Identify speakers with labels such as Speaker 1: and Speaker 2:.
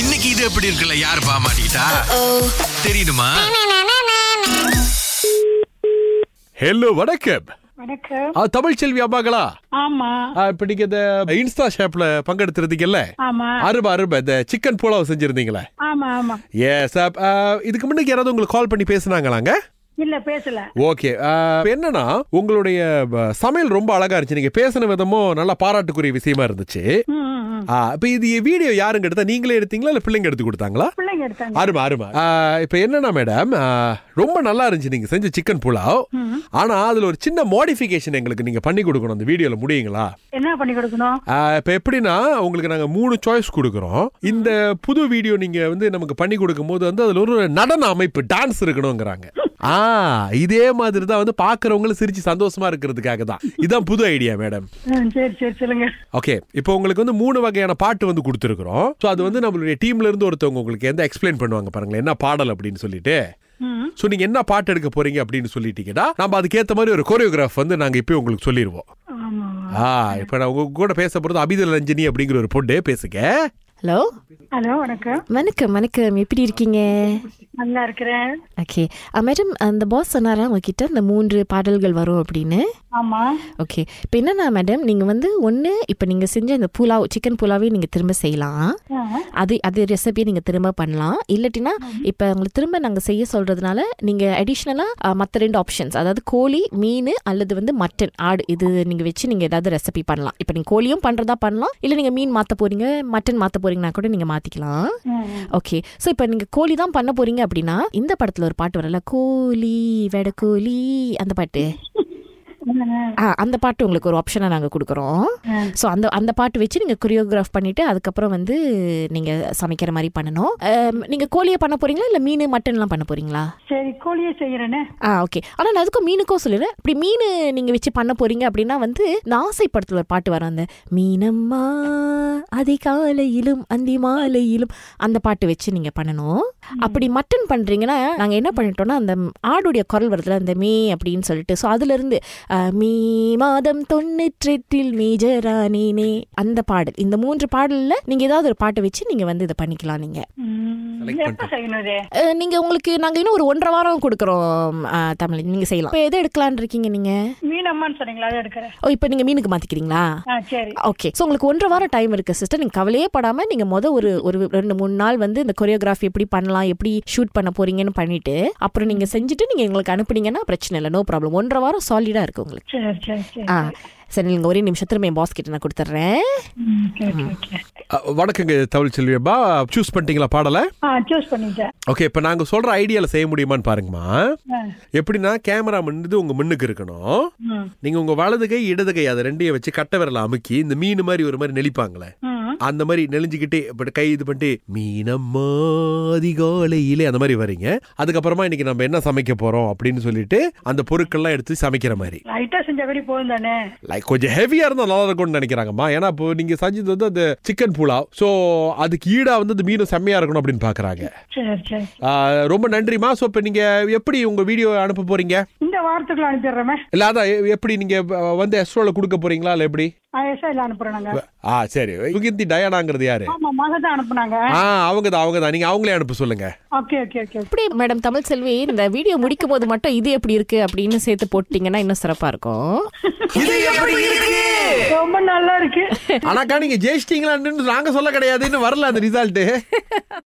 Speaker 1: இன்னைக்கு இது எப்படி இருக்குல்ல யார் பாமாட்டா தெரியுமா
Speaker 2: ஹலோ வணக்கம்
Speaker 3: வணக்கம்
Speaker 2: ஆ, தமிழ் செல்வி அம்மாங்களா
Speaker 3: ஆமா
Speaker 2: ஆ, இப்ப நீங்க இந்த இன்ஸ்டா ஷாப்ல பங்கெடுத்திருந்தீங்கல்ல
Speaker 3: ஆமா
Speaker 2: அருமை அருமை இந்த சிக்கன் புலாவ் செஞ்சிருந்தீங்களே
Speaker 3: ஆமா ஆமா
Speaker 2: எஸ் இதுக்கு முன்னாடி யாராவது உங்களுக்கு கால் பண்ணி பேசுனாங்களாங்க
Speaker 3: இல்ல பேசல
Speaker 2: ஓகே என்னன்னா உங்களுடைய அஹ், சமையல் ரொம்ப அழகா இருந்துச்சு நீங்க பேசின விதமும் நல்லா பாராட்டுக்குரிய விஷயமா இருந்துச்சு
Speaker 3: ம், ம், ம்.
Speaker 2: ஆ, இப்ப இது வீடியோ யாருங்க எடுத்தா நீங்களே எடுத்தீங்களா இல்ல பிள்ளைங்க எடுத்து கொடுத்தாங்களா
Speaker 3: பிள்ளைங்க எடுத்தாங்க
Speaker 2: அருமை அருமை ஆ, இப்ப என்னன்னா மேடம் ஆ, ரொம்ப நல்லா இருந்துச்சு நீங்க செஞ்ச சிக்கன் புலாவ் ஆனா அதுல ஒரு சின்ன மாடிஃபிகேஷன் எங்களுக்கு நீங்க பண்ணி கொடுக்கணும் அந்த வீடியோல முடியுங்களா
Speaker 3: என்ன பண்ணி கொடுக்கணும்
Speaker 2: ஆ, இப்ப எப்படின்னா உங்களுக்கு நாங்க மூணு சாய்ஸ் கொடுக்குறோம் இந்த புது வீடியோ நீங்க வந்து நமக்கு பண்ணி கொடுக்கும்போது வந்து அதுல ஒரு நடன அமைப்பு டான்ஸ் இருக்கணுங்கிறாங்க ஆ இதே மாதிரி தான் வந்து பாக்குறவங்களும் சிரிச்சு சந்தோஷமா இருக்கிறதுக்காக தான் இதான் புது ஐடியா மேடம்
Speaker 3: ம், சரி சரி சொல்லுங்க
Speaker 2: ஓகே இப்போ உங்களுக்கு வந்து மூணு வகையான பாட்டு வந்து கொடுத்துருக்குறோம் ஸோ அது வந்து நம்மளுடைய டீம்ல இருந்து ஒருத்தவங்க உங்களுக்கு எந்த எக்ஸ்பிளைன் பண்ணுவாங்க பாருங்களேன் என்ன பாடல் அப்படின்னு சொல்லிட்டு
Speaker 3: ம்.
Speaker 2: ஸோ நீங்க என்ன பாட்டு எடுக்க போறீங்க அப்படின்னு சொல்லிட்டீங்கன்னா நம்ம அதுக்கேற்ற மாதிரி ஒரு கோரியோகிராஃப் வந்து நாங்க இப்போ உங்களுக்கு சொல்லிடுவோம்
Speaker 3: ஆமா
Speaker 2: ஆ இப்போ நான் உங்க கூட பேச போறது அபிதல் ரஞ்சினி அப்படிங்கிற ஒரு பொண்ணு பேசுங்க
Speaker 4: ஹலோ
Speaker 3: ஹலோ வணக்கம்
Speaker 4: வணக்கம் வணக்கம் எப்படி இருக்கீங்க
Speaker 3: நல்லா இருக்கிறேன்
Speaker 4: ஓகே மேடம் அந்த பாஸ் சொன்னாரா உங்ககிட்ட இந்த மூன்று பாடல்கள் வரும் அப்படின்னு
Speaker 3: ஆமா
Speaker 4: ஓகே இப்போ என்னன்னா மேடம் நீங்கள் வந்து ஒன்று இப்போ நீங்கள் செஞ்ச அந்த புலாவ் சிக்கன் புலாவே நீங்கள் திரும்ப செய்யலாம்
Speaker 3: ஆ.
Speaker 4: அது அது ரெசிபியை நீங்கள் திரும்ப பண்ணலாம் இல்லாட்டினா இப்போ உங்களுக்கு திரும்ப நாங்கள் செய்ய சொல்கிறதுனால நீங்கள் அடிஷ்னலாக மற்ற ரெண்டு ஆப்ஷன்ஸ் அதாவது கோழி மீன் அல்லது வந்து மட்டன் ஆடு இது நீங்கள் வச்சு நீங்கள் ஏதாவது ரெசிபி பண்ணலாம் இப்போ நீங்கள் கோழியும் பண்ணுறதா பண்ணலாம் இல்லை நீங்கள் மீன் மாற்ற போகிறீங்க மட்டன் மாற்ற போகிறீங்கன்னா கூட நீங்கள் மாற்றிக்கலாம்
Speaker 3: ம்.
Speaker 4: ஓகே ஸோ இப்போ நீங்கள் கோழி தான் பண்ண போறீங்க அப்படின்னா இந்த படத்தில் ஒரு பாட்டு வரல கோழி வெட கோழி அந்த பாட்டு ஆ அந்த பாட்டு உங்களுக்கு ஒரு ஆப்ஷனாக நாங்கள் கொடுக்குறோம் ஸோ அந்த அந்த பாட்டு வச்சு நீங்கள் கொரியோகிராஃப் பண்ணிவிட்டு அதுக்கப்புறம் வந்து நீங்கள் சமைக்கிற மாதிரி பண்ணணும் நீங்கள் கோழியை பண்ண போறீங்களா இல்லை மீன் மட்டன்லாம் பண்ண போறீங்களா
Speaker 3: சரி கோழியே செய்யறேனே
Speaker 4: ஆ ஓகே ஆனால் நான் அதுக்கும் மீனுக்கும் சொல்லிடுறேன் இப்படி மீன் நீங்கள் வச்சு பண்ண போறீங்க அப்படின்னா வந்து இந்த ஆசை படத்தில் ஒரு பாட்டு வரும் அந்த மீனம்மா அதிகாலையிலும் அந்தி மாலையிலும் அந்த பாட்டு வச்சு நீங்கள் பண்ணணும் அப்படி மட்டன் பண்ணுறீங்கன்னா நாங்கள் என்ன பண்ணிட்டோம்னா அந்த ஆடுடைய குரல் வருதுல அந்த மே அப்படின்னு சொல்லிட்டு ஸோ அதுலேருந்து மே மாதம் தொண்ணூற்றெட்டில் மேஜரானேனே அந்த பாடல் இந்த மூன்று பாடலில் நீங்கள் ஏதாவது ஒரு பாட்டை வச்சு நீங்கள் வந்து இதை பண்ணிக்கலாம் நீங்கள்
Speaker 3: ம். எப்ப செய்யணும் இது
Speaker 4: அஹ் நீங்க உங்களுக்கு நாங்க இன்னும் ஒரு ஒன்றரை வாரம் கொடுக்குறோம் அஹ் தமிழ் நீங்க செய்யலாம் இப்போ எதை எடுக்கலாம்னு இருக்கீங்க நீங்க
Speaker 3: மீனம்மான்னு சொன்னீங்களா அதை எடுக்கிறேன்
Speaker 4: ஓ இப்போ நீங்க மீனுக்கு மாத்திக்கிறீங்களா
Speaker 3: ஆ சரி
Speaker 4: ஓகே ஸோ உங்களுக்கு ஒன்றரை வாரம் டைம் இருக்கு சிஸ்டர் நீங்க கவலையே படாம நீங்க முத ஒரு ஒரு ரெண்டு மூணு நாள் வந்து இந்த கொரியோகிராஃபி எப்படி பண்ணலாம் எப்படி ஷூட் பண்ண போறீங்கன்னு பண்ணிட்டு அப்புறம் நீங்க செஞ்சுட்டு நீங்க எங்களுக்கு அனுப்புனீங்கன்னா பிரச்சனை இல்லை நோ ப்ராப்ளம் ஒன்றரை வாரம் சாலிடா இருக்கு உங்களுக்கு
Speaker 3: சரி சரி சரி
Speaker 4: ஆ சரி நீங்க ஒரே நிமிஷத்துல என் பாஸ் கிட்ட நான் கொடுத்துட்றேன்
Speaker 3: ம், சரி, சரி, சரி.
Speaker 2: அ, வணக்கங்க தமிழ் செல்வியப்பா சூஸ் பண்ணிட்டீங்களா பாடலை
Speaker 3: ஆ சூஸ் பண்ணிட்டேன்
Speaker 2: ஓகே இப்போ நாங்கள் சொல்கிற ஐடியாவில் செய்ய முடியுமான்னு பாருங்கம்மா
Speaker 3: ஆ.
Speaker 2: எப்படின்னா கேமரா முன்னது உங்கள் முன்னுக்கு இருக்கணும்
Speaker 3: ம்.
Speaker 2: நீங்கள் உங்கள் வலது கை இடது கை அதை ரெண்டையும் வச்சு கட்டை விரல அமுக்கி இந்த மீன் மாதிரி ஒரு மாதிரி நெளிப்பாங்களே
Speaker 3: ம்.
Speaker 2: அந்த மாதிரி நெளிஞ்சுக்கிட்டே பட் கை இது பண்ணிட்டு மீனம்மா அதிகாலையிலே அந்த மாதிரி வரீங்க அதுக்கப்புறமா இன்னைக்கு நம்ம என்ன சமைக்க போகிறோம் அப்படின்னு சொல்லிட்டு அந்த பொருட்கள்லாம் எடுத்து சமைக்கிற மாதிரி
Speaker 3: லைட்டா செஞ்சபடி போதும் தானே
Speaker 2: லைக் கொஞ்சம் ஹெவியா இருந்தா நல்லா இருக்கும்னு நினைக்கிறாங்கம்மா ஏன்னா இப்போ நீங்க செஞ்சது வந்து அந்த சிக்கன் புலாவ் ஸோ அதுக்கு ஈடா வந்து அந்த மீனும் செம்மையா இருக்கணும் அப்படின்னு பாக்குறாங்க
Speaker 3: சரி சரி
Speaker 2: ரொம்ப நன்றிம்மா ஸோ இப்போ நீங்க எப்படி உங்க வீடியோ அனுப்ப போறீங்க
Speaker 3: இந்த வாரத்துக்குள்ள அனுப்பிடுறோமே
Speaker 2: இல்ல அதான் எ- எப்படி நீங்க வ- வந்து எஸ்ரோல கொடுக்க போறீங்களா இல்ல எப்படி
Speaker 3: ஐஎஸ்ஐ இல்ல அனுப்புறாங்க
Speaker 2: ஆ சரி சுகிந்தி டயானாங்கிறது யாரு
Speaker 3: ஆமா மக தான் அனுப்புனாங்க
Speaker 2: ஆ அவங்க தான் அவங்க தான் நீங்க அவங்களே அனுப்ப சொல்லுங்க
Speaker 3: ஓகே ஓகே ஓகே
Speaker 4: எப்படி மேடம் தமிழ் செல்வி இந்த வீடியோ முடிக்கும் போது மட்டும் இது எப்படி இருக்கு அப்படின்னு சேர்த்து போட்டீங்கன்னா இன்னும் சிறப்பா இருக்கும்
Speaker 3: ரொம்ப நல்லா இருக்கு
Speaker 2: ஆனாக்கா நீங்க ஜெயிச்சிட்டீங்களான்னு நாங்க சொல்ல கிடையாது இன்னும் வரல அந்த ரிசல்ட்